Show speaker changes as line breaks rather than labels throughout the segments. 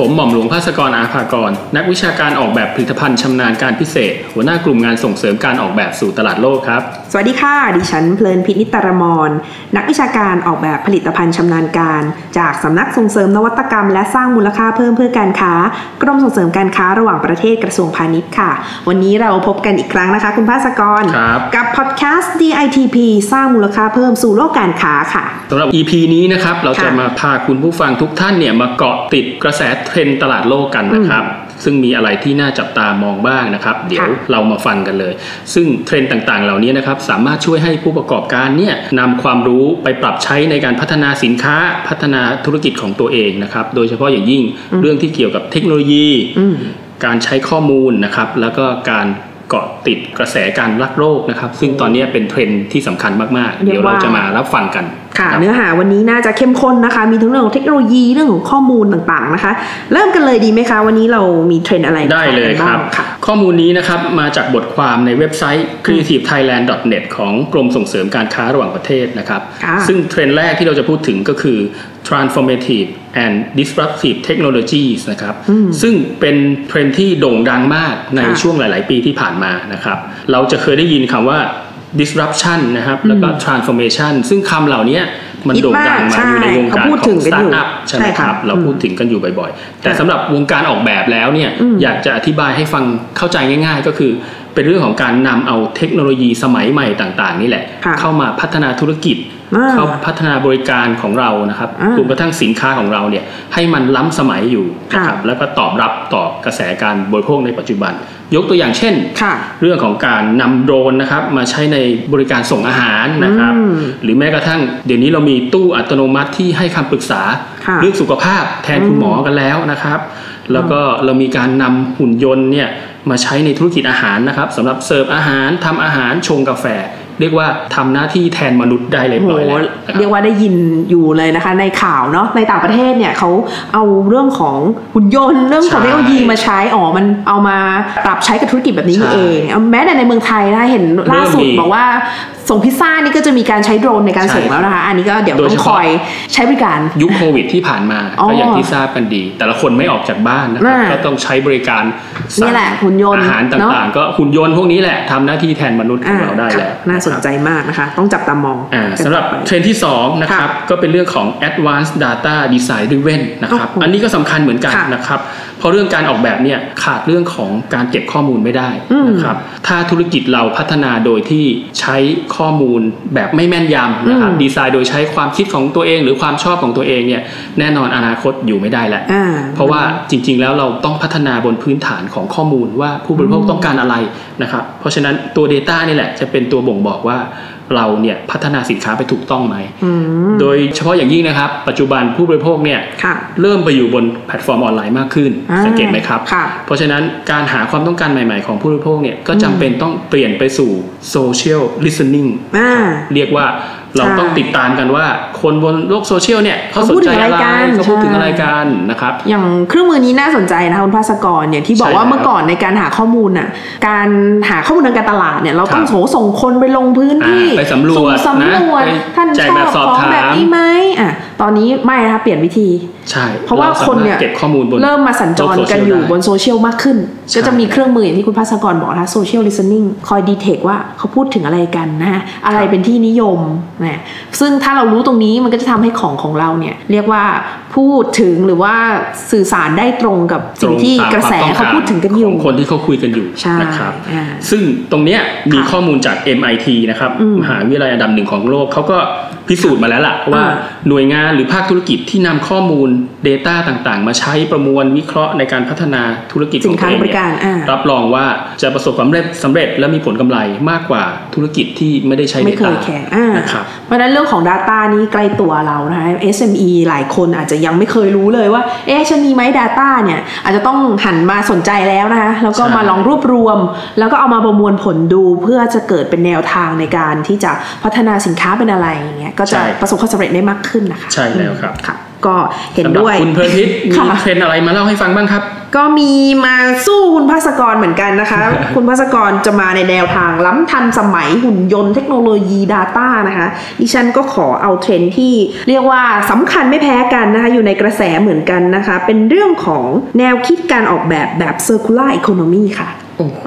ผมหม่อมหลวงภาสกรอาภากร นักวิชาการออกแบบผลิตภัณฑ์ชำนาญการพิเศษ หัวหน้ากลุ่มงานส่งเสริมการออกแบบสู่ตลาดโลกครับ
สวัสดีค่ะ ดิฉันเพลินพินิจตรมร นักวิชาการออกแบบผลิตภัณฑ์ชำนาญการ จากสำนักส่งเสริมนวัตกรรม และสร้างมูลค่าเพิ่มเพื่อการค้า กรมส่งเสริมการค้าระหว่างประเทศกระทรวงพาณิชย์ค่ะ วันนี้เราพบกันอีกครั้งนะคะ คุณภาสกร
ครับ
กับพอดแคสต์ DITP สร้างมูลค่าเพิ่มสู่โลกการค้าค่ะ
สำหรับ EP นี้นะครับ เราจะ
ค่ะ
มาพาคุณผู้ฟังทุกท่านเนี่ยมาเกาะติดกระแสเทรนด์ตลาดโลกกันนะครับ ซึ่งมีอะไรที่น่าจับตามองบ้างนะครับ เดี๋ยว
ค่ะ
เรามาฟังกันเลย ซึ่งเทรนด์ต่างๆ เหล่านี้นะครับ สามารถช่วยให้ผู้ประกอบการเนี่ยนำความรู้ไปปรับใช้ในการพัฒนาสินค้าพัฒนาธุรกิจของตัวเองนะครับ โดยเฉพาะอย่างยิ่งเรื่องที่เกี่ยวกับเทคโนโลยี
อืม
การใช้ข้อมูลนะครับ แล้วก็การเกาะติดกระแสการรักโรคนะครับ ซึ่งตอนนี้เป็นเทรนด์ที่สำคัญมาก ๆ
เรี
เดี๋ย
ยกว่า
วเราจะมารับฟังกัน
ค่ะ
รับ
เนื้อหาวันนี้น่าจะเข้มข้นนะคะ มีทั้งเรื่องของเทคโนโลยีเรื่องของข้อมูลต่างๆนะคะ เริ่มกันเลยดีไหมคะ วันนี้เรามีเทรนด์อะไรมา
ได้เลยครับ
ฝากกันางค่ะ
ข้อมูลนี้นะครับมาจากบทความในเว็บไซต์ creativethailand.net ของกรมส่งเสริมการค้าระหว่างประเทศนะครับ
ค่ะ
ซึ่งเทรนด์แรกที่เราจะพูดถึงก็คือ transformative and disruptive technologies นะครับ
อืม
ซึ่งเป็นเทรนด์ที่โด่งดังมากใน
ค่ะ
ช่วงหลาย ๆ ปีที่ผ่านมานะครับ เราจะเคยได้ยินคำว่า disruption นะครับ แล้วก็ transformation ซึ่งคำเหล่านี้มันโด่งดังมาอยู่ในวงการ
ฮิตมากใช่เขาพูด
ข
ถึ
อง ง
กันอยู่
startup ใช่ไหม
ใช่
ค
ค่ะ
รับ เรา
อืม
พูด ถึงกันอยู่บ่อยๆ แต่สำหรับวงการออกแบบแล้วเนี่ย
อืม
อยากจะอธิบายให้ฟังเข้าใจง่าย ๆ ก็คือ เป็นเรื่องของการนำเอาเทคโนโลยีสมัยใหม่ต่างๆ นี่แหละ
ค่ะ
เข้ามาพัฒนาธุรกิจ
อ่า
เข้าพัฒนาบริการของเรานะครับ
อ่าร
วมกระทั่งสินค้าของเราเนี่ยให้มันล้ำสมัยอยู่นะครั
ค่ะ
บแล้วก็ตอบรับต่อกระแสการบริโภคในปัจจุบัน ยกตัวอย่างเช่น
ค่ะ
เรื่องของการนำโดรนนะครับมาใช้ในบริการส่งอาหารนะครับ
อืม
หรือแม้กระทั่งเดี๋ยวนี้เรามีตู้อัตโนมัติที่ให้คำปรึกษา
ค่ะ
เรื่องสุขภาพแทนคุณหมอกันแล้วนะครับ แล้วก็เรามีการนำหุ่นยนต์เนี่ยมาใช้ในธุรกิจอาหารนะครับสำหรับเสิร์ฟอาหารทำอาหารชงกาแฟ เรียกว่าทำหน้าที่แทนมนุษย์ได้เรียบร้อยแล้วนะค
เรี
รั
ย
บ
กว่าได้ยินอยู่เลยนะคะ ในข่าวเนาะในต่างประเทศเนี่ยเขาเอาเรื่องของหุ่นยนต์เรื่องของ
ใช่
เทคโนโลยีมาใช้อ๋อมันเอามาปรับใช้กับธุรกิจแบบนี้
ใช่
นี่เองเอาแม้แต่ในเมืองไทยนะคะเห็นล่าสุด
เริ่มมี
บอกว่าส่งพิซซ่านี่ก็จะมีการใช้โดรนในการ
ใช่
ส่งแล้วนะคะ อันนี้ก็เดี๋ยว
โดย
ต้อ
เฉ
ง
พาะ
คอยใช้บริการ
ยุคโควิดที่ผ่านมา
อ๋อ
ก็อย่างที่ทราบกันดี แต่ละคนไม่ออกจากบ้านนะครับ
น่ะ
ก็ต้องใช้บริการ
นี่แหละหุ่นยนต์
อาหาร
เน
ต่าง
อะ
ๆ ก็หุ่นยนต์พวกนี้แหละทำหน้าที่แทนมนุษย์ขอ
อ่าง
เราได้
ค่ะ
แล้ว
น่าสนใจมากนะคะ ต้องจับตามอง
อ่า
กัน
สำหรับ
ต่อไป
เทรนด์ที่ 2 นะครับ ก็เป็นเรื่องของ advanced data design driven นะครับ
โอ้โห
อันนี้ก็สำคัญเหมือนกัน
ค่ะ
นะครับ เพราะเรื่องการออกแบบเนี่ยขาดเรื่องของการเก็บข้อมูลไม่ได้
อืม
นะครับ ถ้าธุรกิจเราพัฒนาโดยที่ใช้ข้อมูลแบบไม่แม่นยำนะครับ ดีไซน์โดยใช้ความคิดของตัวเองหรือความชอบของตัวเองเนี่ยแน่นอนอนาคตอยู่ไม่ได้แล้ว
อ่า
เพราะว่าจริงๆ แล้วเราต้องพัฒนาบนพื้นฐานของข้อมูลว่าผู้บริโภคต้องการอะไรนะครับ เพราะฉะนั้นตัว Data นี่แหละจะเป็นตัวบ่งบอกว่าเราเนี่ยพัฒนาสินค้าไปถูกต้องไหม
อืม
โดยเฉพาะอย่างยิ่งนะครับ ปัจจุบันผู้บริโภคเนี่ย
ค่ะ
เริ่มไปอยู่บนแพลตฟอร์มออนไลน์มากขึ้น
อ่า
สังเกตไหมครับ
ค่ะ
เพราะฉะนั้นการหาความต้องการใหม่ๆ ของผู้บริโภคเนี่ยก็จำเป็นต้องเปลี่ยนไปสู่ social listening
อ่า
เรียกว่าเรา
ใช่
ต้องติดตามกันว่า คนบนโลกโซเชียลเนี่ยเขาสนใจอะไร
เขา
เขา
พู
พู
ด
ด
ถึ
ถึ
ง
ง
อะ
อะไร ไร
กัน
กันนะครับ
อย่างเครื่องมือนี้น่าสนใจนะคะคุณภาสกรเนี่ยที่บอกว่า
ใช่แล้ว
เมื่อก่อนในการหาข้อมูลน่ะการหาข้อมูลทางการตลาดเนี่ยเราต้อ
ค
ง
รับ
โหส่งคนไปลงพื้นที่
อ่าไปสำรวจ
งสำรวจ
นะ
ท่าน
ไปแจก
ชอ
แบบ บ
ข
สอบ
อง
ถาม
แบบนี้ไหมอ่ะตอนนี้ไม่นะคะเปลี่ยนวิธี
ใช่
เพราะว่าคนเนี่
ส
ย
มรถเก็บข้อมูลบน
เริ่มมาสัญจรกันอยู่บนโซเชียลมากขึ้น
ใช่
ก็จะมีเครื่องมืออย่างที่คุณภาสกรบอกนะคะโซเชียลลิสติ้งคอยดีเทคว่าเขาพูดถึงอะไรกันนะฮะอะไรเป็นที่นิยมนะซึ่งถ้าเรารู้ตรงนี้มันก็จะทำให้ของของเราเนี่ยเรียกว่าพูดถึงหรือว่าสื่อสารได้ตรงกับสิ่งที่
ตาม
กระแส
ควมต้ง
เขาพูดถึงกันอยู่
ขคนที่เขาคุยกันอยู่
ใช่
นะครับ
อ่า
ซึ่งตรงเนี้ยมี
ค่ะ
ข้อมูลจาก MIT นะครับ
อืม
มหาวิทยาลัยอันดับหนึ่งของโลกเขาก็พิสูจน์มาแล้วล่ะว่า
อ่า
หน่วยงานหรือภาคธุรกิจที่นำข้อมูล Data ต่างๆ มาใช้ประมวลวิเคราะห์ในการพัฒนาธุรกิจของตัวเอง
สินค้าบริ
เนี่ย
การอ่า
รับรองว่าจะประสบความสำเร็จสำเร็จและมีผลกำไรมากกว่าธุรกิจที่ไม่ได้ใช้
ไม่เค
Data
ยแข่งอ่าน
นะครับ
เพราะฉะนั้นเรื่องของ Data นี้ใกล้ตัวเรานะคะ SME หลายคนอาจจะยังไม่เคยรู้เลยว่า เอ๊ะฉันมีไหม Data เนี่ย อาจจะต้องหันมาสนใจแล้วนะคะ แล้วก็
ใช่
มาลองรวบรวม แล้วก็เอามาประมวลผลดูเพื่อจะเกิดเป็นแนวทางในการที่จะพัฒนาสินค้าเป็นอะไรอย่างเงี้ย เนี่ยก็จะ
ใช่
ประสบความสำเร็จได้มากขึ้นนะคะ
ใช่แล้วครับ
ค่ะ ก็เห็น
สำหรับ
ด้วย
คุณเพลินพิษมี
ค่ะ
เทรนด์อะไรมาเล่าให้ฟังบ้างครับ
ก็มีมาสู้คุณภาสกรเหมือนกันนะคะ คุณภาสกรจะมาในแนวทางล้ำทันสมัยหุ่นยนต์เทคโนโลยี Data นะคะ ดิฉันก็ขอเอาเทรนด์ที่เรียกว่าสำคัญไม่แพ้กันนะคะ อยู่ในกระแสเหมือนกันนะคะ เป็นเรื่องของแนวคิดการออกแบบแบบ Circular Economy ค่ะ
โอ้โห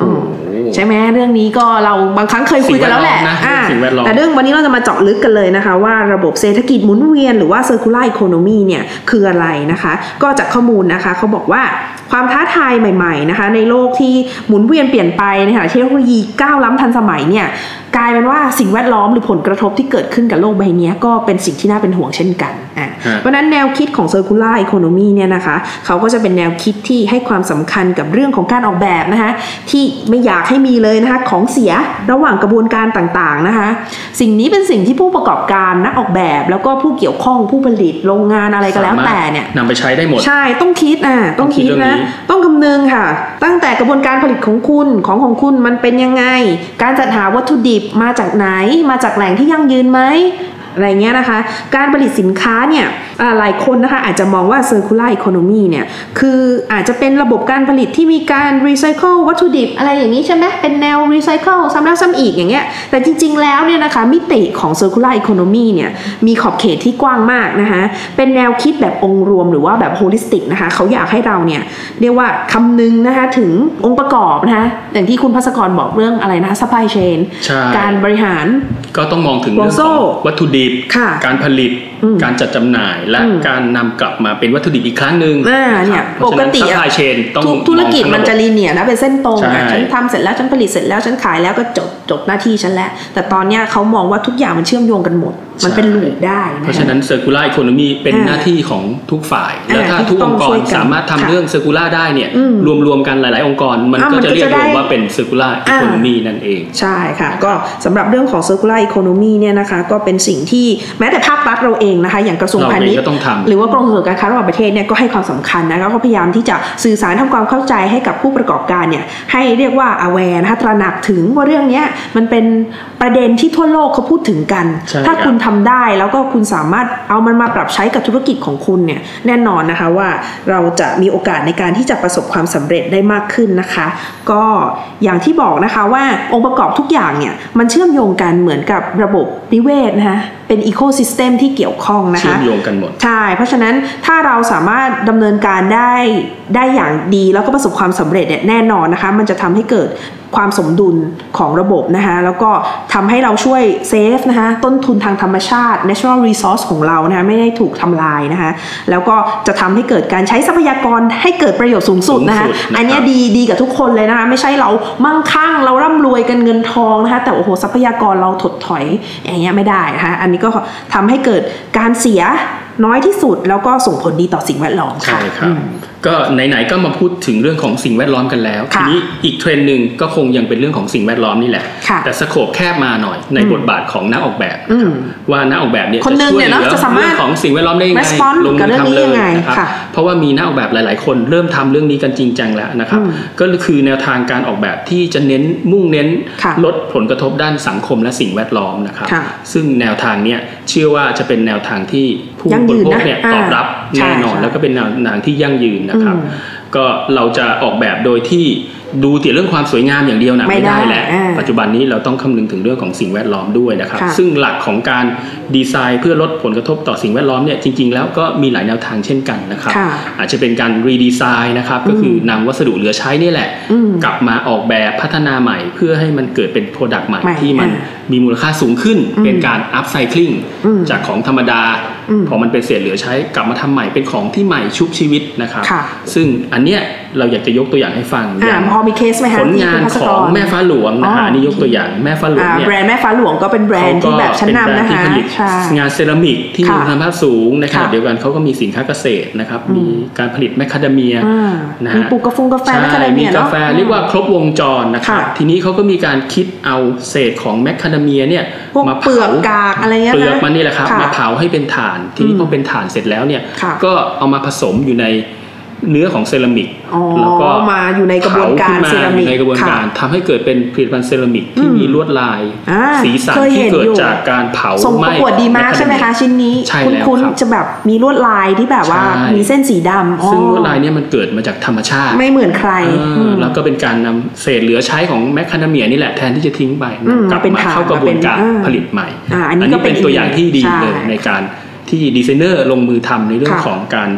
ใช่ไหมเรื่องนี้ก็เราบางครั้งเคยคุยกันแล้วแหละ
สิ่งแวดล้อมนะ
อ่า
สิ่งแวดล้อม
แต่เรื่องวันนี้เราจะมาเจาะลึกกันเลยนะคะ ว่าระบบเศรษฐกิจหมุนเวียนหรือว่า circular economy เนี่ยคืออะไรนะคะ ก็จากข้อมูลนะคะเขาบอกว่าความท้าทายใหม่ๆนะคะในโลกที่หมุนเวียนเปลี่ยนไปในขณะที่เทคโนโลยีก้าวล้ำทันสมัยเนี่ยกลายเป็นว่าสิ่งแวดล้อมหรือผลกระทบที่เกิดขึ้นกับโลกใบเนี้ยก็เป็นสิ่งที่น่าเป็นห่วงเช่นกันอ่ะ
ฮะ
เพราะฉะนั้นแนวคิดของ circular economy เนี่ยนะคะเขาก็จะเป็นแนวคิดที่ให้ความสำคัญกับเรื่องของการออกแบบนะคะที่ไม่อยากให้มีเลยนะคะของเสียระหว่างกระบวนการต่างๆนะคะ สิ่งนี้เป็นสิ่งที่ผู้ประกอบการนักออกแบบ แล้วก็ผู้เกี่ยวข้องผู้ผลิตโรงงานอะไรก็แล้วแต่เนี่ย
สามารถนำไปใช้ได้หมด
ใช่ต้องคิดอ่ะต้องคิ
ต้องคิ
ด
ดเรื่
นะ
องนี้
ต้องคำนึงค่ะ ตั้งแต่กระบวนการผลิตของคุณของของคุณมันเป็นยังไง การจัดหาวัตถุดิบมาจากไหน มาจากแหล่งที่ยั่งยืนไหมอะไรเงี้ยนะคะ การผลิตสินค้าเนี่ยอ่าหลายคนนะคะอาจจะมองว่า circular economy เนี่ยคืออาจจะเป็นระบบการผลิตที่มีการ recycle วัตถุดิบอะไรอย่างนี้ใช่ไหมเป็นแนว recycle ซ้ำแล้วซ้ำอีกอย่างเงี้ยแต่จริงๆแล้วเนี่ยนะคะมิติของ circular economy เนี่ยมีขอบเขตที่กว้างมากนะคะเป็นแนวคิดแบบองค์รวมหรือว่าแบบ holistic นะคะเขาอยากให้เราเนี่ยเรียกว่าคำนึงนะคะถึงองค์ประกอบนะคะอย่างที่คุณพัสกรบอกเรื่องอะไรนะ supply chain
ใช่
การบริหาร
ก็ต้องมองถึงเรื่อง
ห่วงโซ่
ของวัตถุดิบ
ค่ะ
การผลิต
อืม
การจัดจำหน่าย และ
อืม
การนำกลับมาเป็นวัตถุดิบอีกครั้งหนึ่ง
อ่าเนี่
ค
ย
รับเพราะฉะนั้น
ปกติอะ
ซัพพลายเชนต้อง
ทุกธุรกิจ
องทั้ง
มันจะ
รบบ
ลีเนียร์นะเป็นเส้นตรงอะ
ใช่
ฉันทำเสร็จแล้วฉันผลิตเสร็จแล้วฉันขายแล้วก็จบจบหน้าที่ฉันแล้ว แต่ตอนเนี้ยเขามองว่าทุกอย่างมันเชื่อมโยงกันหมด มันเป็นลูปได้
เพ
ค
ราะฉะนั้นเซอร์คูล r า c อีโคโนมีเป็น
อ่า
หน้าที่ของทุกฝ่าย
อ่า
และถ้า
ที่
ทุก
ต้
อ
อง
งค์ก
ช่
ร
วยกัน
สามารถทำ
ค่ะ
เรื่องเซอร์คูล่าได้เนี่ย
อืม
รวมๆกันหลาย ๆ องค์กร มัน
อ่ามั
ก็
น
จะเรียก
ก็
ร
จะได้
วมว่าเป็นเซอร์คูล่าอี
อ่า
โคโนมีนั่นเอง
ใช่ค่ะ ก็สำหรับเรื่องของ circular economy เนี่ยนะคะ ก็เป็นสิ่งที่แม้แต่ภาครัฐเราเองนะคะ อย่างกระทรวง
เรา
พาณิช
เอง
ย์
ก็ต้องทำ
หรือว่ากรมส่งเสริมการค้าระหว่างประเทศเนี่ยก็ให้ความสำคัญนะแล้วก็พยายามที่จะสื่อสารทำความเข้าใจให้กับผู้ประกอบการเนี่ยให้เรียกว่า aware นะคะตระหนักถึงว่าเรื่องเนี้ยมันเป็นประเด็นที่ทั่วโลกเขาพูดถึงกัน
ใช่
ถ้า
ครับ
คุณทำได้แล้วก็คุณสามารถเอามันมาปรับใช้กับธุรกิจของคุณเนี่ยแน่นอนนะคะว่าเราจะมีโอกาสในการที่จะประสบความสำเร็จได้มากขึ้นนะคะ ก็อย่างที่บอกนะคะว่าองค์ประกอบทุกอย่างเนี่ยมันเชื่อมโยงกันเหมือนกับระบบนิเวศนะคะเป็นอีโคซิสเต็มที่เกี่ยวข้องนะคะ
เชื่อมโยงกันหมด
ใช่ เพราะฉะนั้นถ้าเราสามารถดำเนินการได้ได้อย่างดีแล้วก็ประสบความสำเร็จเนี่ยแน่นอนนะคะ มันจะทำให้เกิดความสมดุลของระบบนะคะ แล้วก็ทำให้เราช่วยเซฟนะคะต้นทุนทางธรรมชาติ natural resource ของเรานะคะไม่ได้ถูกทำลายนะคะ แล้วก็จะทำให้เกิดการใช้ทรัพยากรให้เกิดประโยชน์สูงสุดนะคะ
สูงสุดนะครับ
อันเนี้ยดีดีกับทุกคนเลยนะคะ ไม่ใช่เรามั่งคั่งเราร่ำรวยกันเงินทองนะคะ แต่โอ้โหทรัพยากรเราถดถอยอย่างเงี้ยไม่ได้นะคะอันนี้ก็ทำให้เกิดการเสียน้อยที่สุด แล้วก็ส่งผลดีต่อสิ่งแวดล้อมค่ะ
ใช่ครับ
อืม
ก็ไหนๆก็มาพูดถึงเรื่องของสิ่งแวดล้อมกันแล้ว
ค่ะ
ทีนี้อีกเทรนด์หนึ่งก็คงยังเป็นเรื่องของสิ่งแวดล้อมนี่แหละ
ค่ะ
แต่สโคปแคบมาหน่อยในบทบาทของนักออกแบบ
อื
นะครับ
ม
ว่านักออกแบบเนี่ย
คนหนึ่ง
ช่วย
เนี่ยเนอะ
หลือ
จะสามารถ
เรื่องของสิ่งแวดล้อมได้ยังไง
respond
ลง
กับ
มื
เรื่
อ
องนี้
ทำเล
ยั
ย
งไง
นะครับ
ค่ะ
เพราะว่ามีนักออกแบบหลาย ๆ คนเริ่มทำเรื่องนี้กันจริงจังแล้วนะครับ
อืม
ก็คือแนวทางการออกแบบที่จะเน้นมุ่งเน้น
ค่ะ
ลดผลกระทบด้านสังคมและสิ่งแวดล้อมนะครับ
ค่ะ
ซึ่งแนวทางเนี่ยเชื่อว่าจะเป็นแนวทางที่ผู้
ยั่ง
บ
ยื
ริ
น
โภค
นะ
เนี่ย
อ่า
ตอบรับ
ใช่
แน่นอน
ใช่
แล้วก็ ก็เป็นแนวนางที่ยั่งยืนนะครับ
อืม
ก็เราจะออกแบบโดยที่ดูแต่เรื่องความสวยงามอย่างเดียวนะ
ไม่
ไม่
ได้
ได้แหละ
อ่า
ปัจจุบันนี้เราต้องคำนึงถึงเรื่องของสิ่งแวดล้อมด้วยนะครับ
ค่ะ
ซึ่งหลักของการดีไซน์เพื่อลดผลกระทบต่อสิ่งแวดล้อมเนี่ยจริง ๆ แล้วก็มีหลายแนวทางเช่นกันนะครับ
ค่ะ
อาจจะเป็นการรีดีไซน์นะครับ ก็คือนำวัสดุเหลือใช้นี่แหละ
อืม
กลับมาออกแบบพัฒนาใหม่ เพื่อให้มันเกิดเป็นโปรดักต์ใหม่
ใหม่
ที่มัน
อ่
มีมูลค่าสูงขึ้น
อืม
เป็นการอัพไซคลิง
อืม
จากของธรรมดา
อืม
พอมันเป็นเศษเหลือใช้กลับมาทำใหม่เป็นของที่ใหม่ชุบชีวิตนะครับ
ค่ะ
ซึ่งอันเนี้ยเราอยากจะยกตัวอย่างให้ฟัง
อ่า
อย่าง
พอมีเคสไหมคะ
ผล
ที่
งา
คุ
น
ณพัส
ข
ก
อง
ร
แม่ฟ้าหลวงนะ
อ๋
ฮะ
ออั
นนี่ยกตัวอย่างแม่ฟ้าหลวง
อ่า
เนี่ย
แบรนด์แม่ฟ้าหลวงก็เป็นแบรนด์ที่แบบชั้น
เขาก็เป็
ำนะ
แบรที่
คะ
ผลิต
ใช่
งานเซรามิกที่มี
ค่ะ
คุณภาพสูงในขณะ
ค่ะ
เดียวกันเขาก็มีสินค้าเกษตรนะครับ
อื
มี
ม
การผลิตแมคคาเดเมีย
อ่า
นะฮะ
มีปลูกกาแฟกาแฟแมคคาเด
ใช่มี
เมียเน
กา
อะ
แฟเรียกว่าครบวงจรนะครับ
ค่ะ
ทีนี้เขาก็มีการคิดเอาเศษของแมคคาเดเมียเนี่ย
พวก
มา
เปลือก
ผา
กากอะไรเงี้ย
เปลือก
นะ
มันนี่แหละครับ
ค่ะ
มาเผาให้เป็นถ่าน ทีนี้
อืม
พอเป็นถ่านเสร็จแล้วเนี่ย
ค่ะ
ก็เอามาผสมอยู่ใน เนื้อของเซรามิก
อ๋อ
แล้วก็
มาอยู่ในกระบวนการ
ผ
เซ
ขึ้
รา
อ
มิก
ยู่ในกระบวน
ค่ะ
การทำให้เกิดเป็นผลิตภัณฑ์เซรามิกที่มีลวดลาย
อ่า
สีสัน
เคย
ที่
เห็น
เกิด
อยู่
จากการเผา
ส่ง
ไห
ป
ม้
ระกวดดีมากใช่ไหมคะ ชิ้นนี้
ใช่
คุ้น
แล้ว
คุ้น
ครับ
ๆจะแบบมีลวดลายที่แบบว่า
ใช่
มีเส้นสีดำอ๋อ
ซึ่งลวดลายเนี่ยมันเกิดมาจากธรรมชาติ
ไม่เหมือนใคร
อ่า
อืม
แล้วก็เป็นการนำเศษเหลือใช้ของแมคคาเดเมียนี่แหละแทนที่จะทิ้งไป
อืม
กลับ
เป็น
มา
ฐาน
เข้ากระบวนการ
มาเป็นอ่า
ผลิตใหม่
อ่าอันนี้ก็เป็น
เป็นตัวอย่างที่ดี
ใช่
เลยในการที่ดีไซเนอร์ลงมือทำในเรื่อง
ค่ะ
ของการ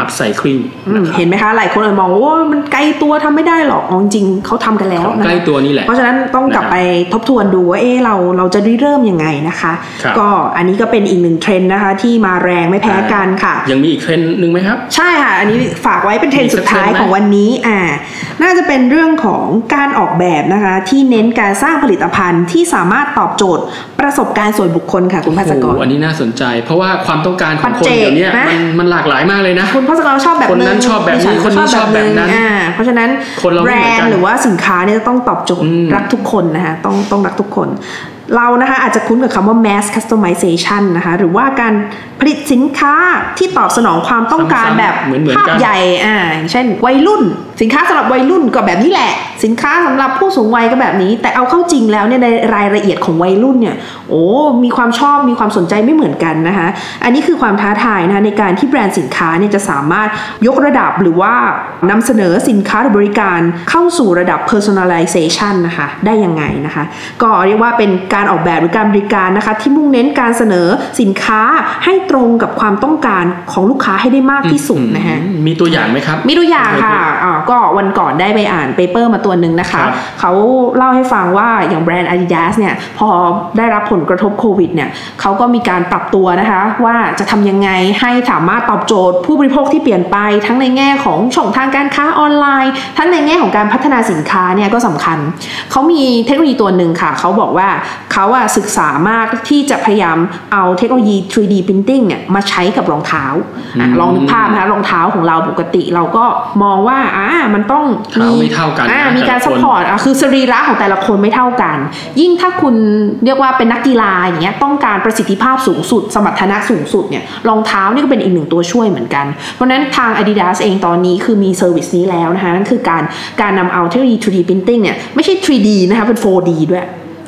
อัพไซคลิง
อืม
นะครับ
เห็นไหมคะ หลายคนอาจมองว่าโอ้ยมันไกลตัวทำไม่ได้หรอกอ๋อจริงๆเขาทำกันแล้ว
ของ
นะ
ใกล้
คะ
ตัวนี่แหละ
เพราะฉะนั้นต้องกลับ
นะครับ
ไปทบทวนดูว่าเอะเราเราจะได้เริ่มยังไงนะคะ
ครับ
ก็อันนี้ก็เป็นอีกหนึ่งเทรนด์นะคะ ที่มาแรงไม่แพ้กันค่ะ
ยังมีอีกเทรนด์หนึ่งไหมครับ
ใช่ค่ะ อันนี้ฝากไว้เป็นเทรนด์สุดท้าย
มีสักเทรนด์ไหม
ของวันนี้ อ่า น่าจะเป็นเรื่องของการออกแบบนะคะ ที่เน้นการสร้างผลิตภัณฑ์ที่สามารถตอบโจทย์ประสบการณ์ส่วนบุคคลค่ะคุณพัสก
โอ้
ร
โหอันนี้น่าสนใจ เพราะว่าความต้องการของ
ปั
ค
จ
น
เจก
เดี๋ยวนี้
นะ
มันมันหลากหลายมากเลยนะ
คุณพัสกรชอบแบบ
คน
ห
นั้นชอบแบบนี้
ดิฉั
คนนี้ชอบแบบนั้น
หอ่า เพราะฉะนั้น
คนเรา
แบ
ไม่
ร
เหมือน
น
กัน
ด์หรือว่าสินค้าเนี่ยจะต้องตอบโจทย์
อืม
รักทุกคนนะคะต้องต้องรักทุกคน เรานะคะอาจจะคุ้นกับคำว่า mass customization นะคะหรือว่าการผลิตสินค้าที่ตอบสนองความต้องการ
ซ้ำๆ
แบบ
เหมือนๆ
ภาพ
กัน
ใหญ่อ่าอย่างเช่น วัยรุ่น สินค้าสำหรับวัยรุ่นก็แบบนี้แหละ สินค้าสำหรับผู้สูงวัยก็แบบนี้ แต่เอาเข้าจริงแล้วเนี่ยในรายละเอียดของวัยรุ่นเนี่ยโอ้มีความชอบมีความสนใจไม่เหมือนกันนะคะอันนี้คือความท้าทายนะคะในการที่แบรนด์สินค้าเนี่ยจะสามารถยกระดับหรือว่านำเสนอสินค้าหรือบริการเข้าสู่ระดับ personalization นะคะได้ยังไงนะคะ ก็เรียกว่าเป็นการออกแบบหรือการบริการนะคะ ที่มุ่งเน้นการเสนอสินค้าให้ตรงกับความต้องการของลูกค้าให้ได้มากที่สุดนะคะ
อืมมีตัวอย่างไหมครับ
มีตัวอย่างค่ะอ่าก็วันก่อนได้ไปอ่านเปเปอร์มาตัวหนึ่งนะคะ
ครับ
เขาเล่าให้ฟังว่าอย่างแบรนด์ Adidas เนี่ย พอได้รับผลกระทบโควิดเนี่ยเขาก็มีการปรับตัวนะคะ ว่าจะทำยังไงให้สามารถตอบโจทย์ผู้บริโภคที่เปลี่ยนไปทั้งในแง่ของช่องทางการค้าออนไลน์ ทั้งในแง่ของการพัฒนาสินค้าเนี่ยก็สำคัญ เขามีเทคโนโลยีตัวหนึ่งค่ะ เขาบอกว่าเขาอะศึกษามากที่จะพยายามเอาเทคโนโลยี 3D printing เนี่ยมาใช้กับรองเท้าอ่ะ
อืม
ลองนึกภาพนะคะ รองเท้าของเราปกติเราก็มองว่าอ่ามันต้อง
เท้าไม่เท่ากัน
อ่า
นะ
มีการ
แต่
ส
ละคน
ปอร์ตอ่ะคือสรีระของแต่ละคนไม่เท่ากัน ยิ่งถ้าคุณเรียกว่าเป็นนักกีฬาอย่างเงี้ยต้องการประสิทธิภาพสูงสุด สมรรถนะสูงสุดเนี่ยรองเท้านี่ก็เป็นอีกหนึ่งตัวช่วยเหมือนกัน เพราะฉะนั้นทาง Adidas เองตอนนี้คือมีเซอร์วิสนี้แล้วนะคะนั่นคือการการนำเอาเทคโนโลยี 3D printing เนี่ยไม่ใช่ 3D นะคะเป็น 4D ด้วย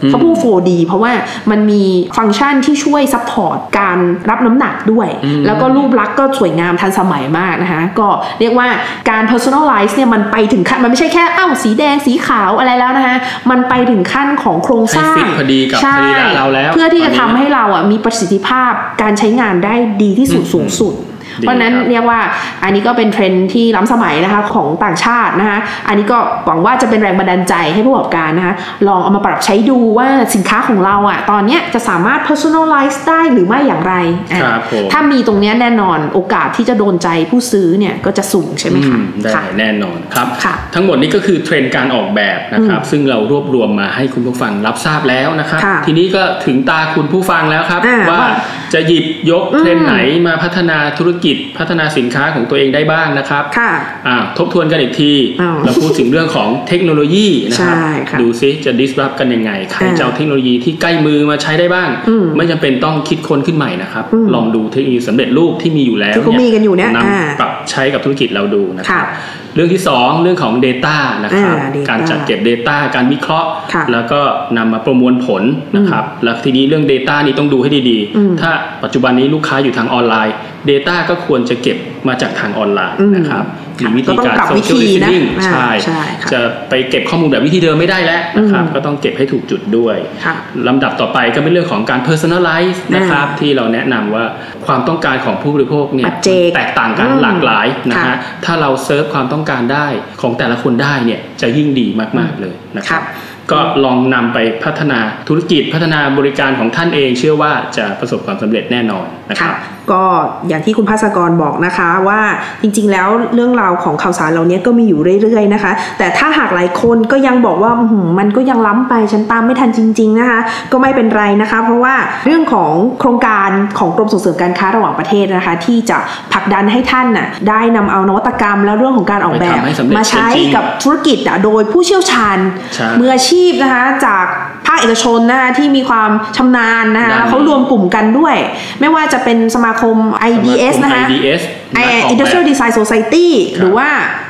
เขาพูด 4D เพราะว่ามันมีฟังก์ชันที่ช่วยซัพพอร์ตการรับน้ำหนักด้วย แล้วก็รูปลักษณ์ก็สวยงามทันสมัยมากนะคะ ก็เรียกว่าการ personalize เนี่ยมันไปถึงขั้น มันไม่ใช่แค่อ้าวสีแดงสีขาวอะไรแล้วนะคะ มันไปถึงขั้นของโครงสร้าง
ให้ fit พอดีกับ
ใช่
สรีระเราแล้ว
เพื่อที่จะ
ตอนนี้
ทำให้เราอ่ะมีประสิทธิภาพการใช้งานได้ดีที่สุด
อืม
สูงสุด
ดี
เพราะฉะนั้น
ครับ
เรียกว่าอันนี้ก็เป็นเทรนด์ที่ล้ำสมัยนะคะของต่างชาตินะคะ อันนี้ก็หวังว่าจะเป็นแรงบันดาลใจให้ผู้ประกอบการนะคะลองเอามาปรับใช้ดูว่าสินค้าของเราอะ่ะตอนเนี้ยจะสามารถ personalize ได้หรือไม่อย่างไรอ่ะ
ครับผม
ถ้ามีตรงเนี้ยแน่นอนโอกาสที่จะโดนใจผู้ซื้อเนี่ยก็จะสูงใช่ไหมคะ
อืได้
ค่ะ
แน่นอนครับ
ค่ะ
ทั้งหมดนี้ก็คือเทรนด์การออกแบบนะครับ ซึ่งเรารวบรวมมาให้คุณผู้ฟังรับทราบแล้วนะครับ
ค่ะ
ทีนี้ก็ถึงตาคุณผู้ฟังแล้วครับ
อ่า
ว่า
ว่า
จะหยิบยก
อืม
เทรนด์ไหนมาพัฒนาธุรกิจพัฒนาสินค้าของตัวเองได้บ้างนะครับ
ค่ะ
อ่าทบทวนกันอีกที
อ้าว
เราพูดถึงเรื่องของเทคโนโลยีนะครับ
ใช่ค่ะ
ดูซิจะ disrupt กันยังไง ใคร
อ่า
จะเอาเทคโนโลยีที่ใกล้มือมาใช้ได้บ้าง
อืม
ไม่จำเป็นต้องคิดค้นขึ้นใหม่นะครับ
อืม
ลองดูเทคโนโลยีสำเร็จรูปที่มีอยู่แล้ว
ที่เขามีกันอยู่เนี่ย
น
อ่า
ำปรับใช้กับธุรกิจเราดูนะครั
ค่ะ
บ เรื่องที่สองเรื่องของ Data นะครับ
อ่า Data
การจัดเก็บ Data การวิเคราะห์
ค่ะ
แล้วก็นำมาประมวลผลนะครับ แล้วทีนี้เรื่อง Data นี่ต้องดูให้ดี
อืม
ๆ ถ้าปัจจุบันนี้ลูกค้าอยู่ทางออนไลน์ Data ก็ควรจะเก็บมาจากทางออนไลน์นะครับ
อืม
มีวิธี
ก็ต้อง
การ
ปรับวิ
social
ธีนะ
listening
อ่า
ใช่
ใช่ค่ะ
จะไปเก็บข้อมูลแบบวิธีเดิมไม่ได้แล้วนะครับ
อืม
ก็ต้องเก็บให้ถูกจุดด้วย
ค่ะ
ลำดับต่อไปก็เป็นเรื่องของการ personalize นะครับ ที่เราแนะนำว่าความต้องการของผู้บริโภคเนี่ย
ปัจเจก
แตกต่างกัน
อืม
หลากหลายนะ
ค่ะ
ฮะถ้าเราเซิร์ฟความต้องการได้ของแต่ละคนได้เนี่ยจะยิ่งดีมาก ๆ เลยนะครับ
ค่ะ
ก็ลองนำไปพัฒนาธุรกิจพัฒนาบริการของท่านเอง เชื่อว่าจะประสบความสำเร็จแน่นอนนะครับ
ก็อย่างที่คุณภาสกรบอกนะคะว่าจริงๆ แล้วเรื่องราวของข่าวสารเหล่านี้ก็มีอยู่เรื่อยๆนะคะ แต่ถ้าหากหลายคนก็ยังบอกว่าอื้อหือมันก็ยังล้ำไปฉันตามไม่ทันจริง ๆนะคะ ก็ไม่เป็นไรนะคะ เพราะว่าเรื่องของโครงการของกรมส่งเสริมการค้าระหว่างประเทศนะคะ ที่จะผลักดันให้ท่านน่ะได้นำเอานวัตกรรมและเรื่องของการออกแบบ
ไปทำให้สำเร็จ
มาใช้
จริงๆ
กับธุรกิจอะโดยผู้เชี่ยวชาญ
ใช่
มืออาชีพนะคะจาก ภาคเอกชนนะคะที่มีความชำนาญนะคะ
ด้านนี้
แล้วเขารวมกลุ่มกันด้วย ไม่ว่าจะเป็นสมาคม IDS นะคะ
IDS
ไอ
นักกแบบ
Industrial Design Society
ครับ
หรือว่า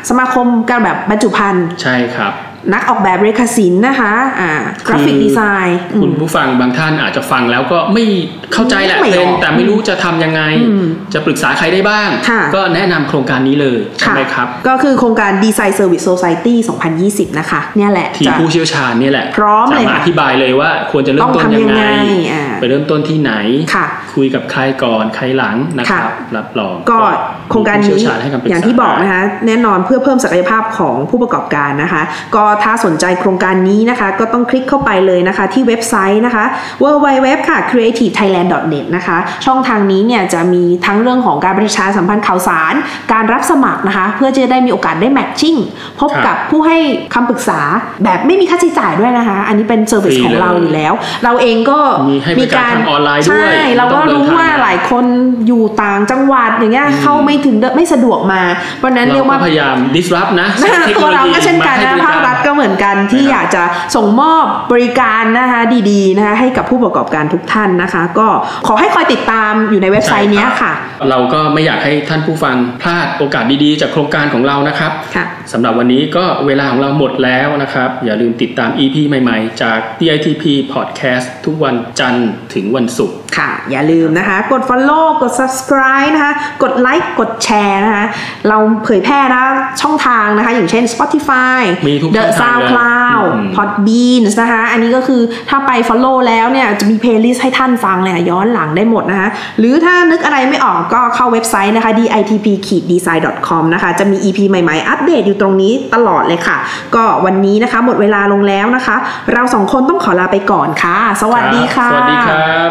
สมาคมการแบบบรรจุภัณฑ์
ใช่ครับ
นักออกแบบเรคศิลป์นะคะอ่ากราฟิกดีไซน์อื
คุณ
ม
ผู้ฟังบางท่านอาจจะฟังแล้วก็ไม่เข้าใจแหละ
ไม่
เทร
ออน ก
ด์แต่ไม่รู้จะทำยังไง
อืม
จะปรึกษาใครได้บ้าง
ค่ะ
ก็แนะนำโครงการนี้เลยใช่ไหมครับ
ก็คือโครงการ Design Service Society 2020 นะคะ เนี่ยแหละ
ทีม
จะ
ผู้เชี่ยวชาญเนี่ยแหละ
พร้อมเลย
จะมา
ค่ะ
อธิบายเลยว่าควรจะเริ่มต้น
ต้องทำยั
ยังง
ไง
ไง
อ่า
ไปเริ่มต้นที่ไหน
ค่ะ
คุยกับใครก่อนใครหลังนะครับ
ค่ะ
รับรอง
ก็โครงการ
มีผู้เชี่ยว
นี้
ชาญให้คำปรึกษา
อย่างที่บอกนะคะแน่นอนเพื่อเพิ่มศักยภาพของผู้ประกอบการนะคะ ก็ถ้าสนใจโครงการนี้นะคะ ก็ต้องคลิกเข้าไปเลยนะคะ ที่เว็บไซต์นะคะ www ค่ะ creative thailand net นะคะ ช่องทางนี้เนี่ยจะมีทั้งเรื่องของการประชาสัมพันธ์ข่าวสาร การรับสมัครนะคะ เพื่อจะได้มีโอกาสได้แมทชิ่งพบกับผู้ให้คำปรึกษาแบบไม่มีค่าใช้จ่ายด้วยนะคะ อันนี้เป็นเซอร์วิส
ฟรี
ของเรา
เลย
อยู่แล้ว เราเองก็
มีให้บริการทางออนไลน์ด้วย
ใช่เราก็
ไม่ต้อ
รู้ว่า
งเดินทางมา
หลาย หลายคนอยู่ต่างจังหวัดอย่างเงี้ย
อืม
เข้าไม่ถึงเดินไม่สะดวกมา เพราะฉะนั้นเรี
เรา
ยกว่า
ก็พยายาม disrupt นะใช้ทคโน
ตั
โล
วเรา
ยี
ก็เช่นกัน
ม
นะ
ให้บ
ภาค
ก
รัฐก็เหมือนกันที่
นะครับ
อยากจะส่งมอบบริการนะคะดีๆนะคะให้กับผู้ประกอบการทุกท่านนะคะ ก็ขอให้คอยติดตามอยู่ในเว็บไซต์
ใช่ครับ
เนี้ยค่ะ
เราก็ไม่อยากให้ท่านผู้ฟังพลาดโอกาสดีๆ จากโครงการของเรานะครับ
ค่ะ
สำหรับวันนี้ก็เวลาของเราหมดแล้วนะครับ อย่าลืมติดตาม EP ใหม่ๆ จาก DITP Podcast ทุกวันจันทร์ถึงวันศุกร์
ค่ะ อย่าลืมนะคะ กด follow กด subscribe นะคะ กดไลค์กดแชร์นะคะ เราเผยแพร่นะช่องทางนะคะ อย่างเช่น Spotify
มีทุก
The
ช่องทางเลย
SoundCloud
อืม
Podbean นะคะ อันนี้ก็คือถ้าไป follow แล้วเนี่ย จะมี playlist ให้ท่านฟังเลยค่ะย้อนหลังได้หมดนะคะ หรือถ้านึกอะไรไม่ออกก็เข้าเว็บไซต์นะคะ ditp-design.com นะคะ จะมี EP ใหม่ๆ อัปเดตอยู่ตรงนี้ตลอดเลยค่ะ ก็วันนี้นะคะหมดเวลาลงแล้วนะคะ เราสองคนต้องขอลาไปก่อนค่ะ สวัสดีค่ะ
สวัสดีครับ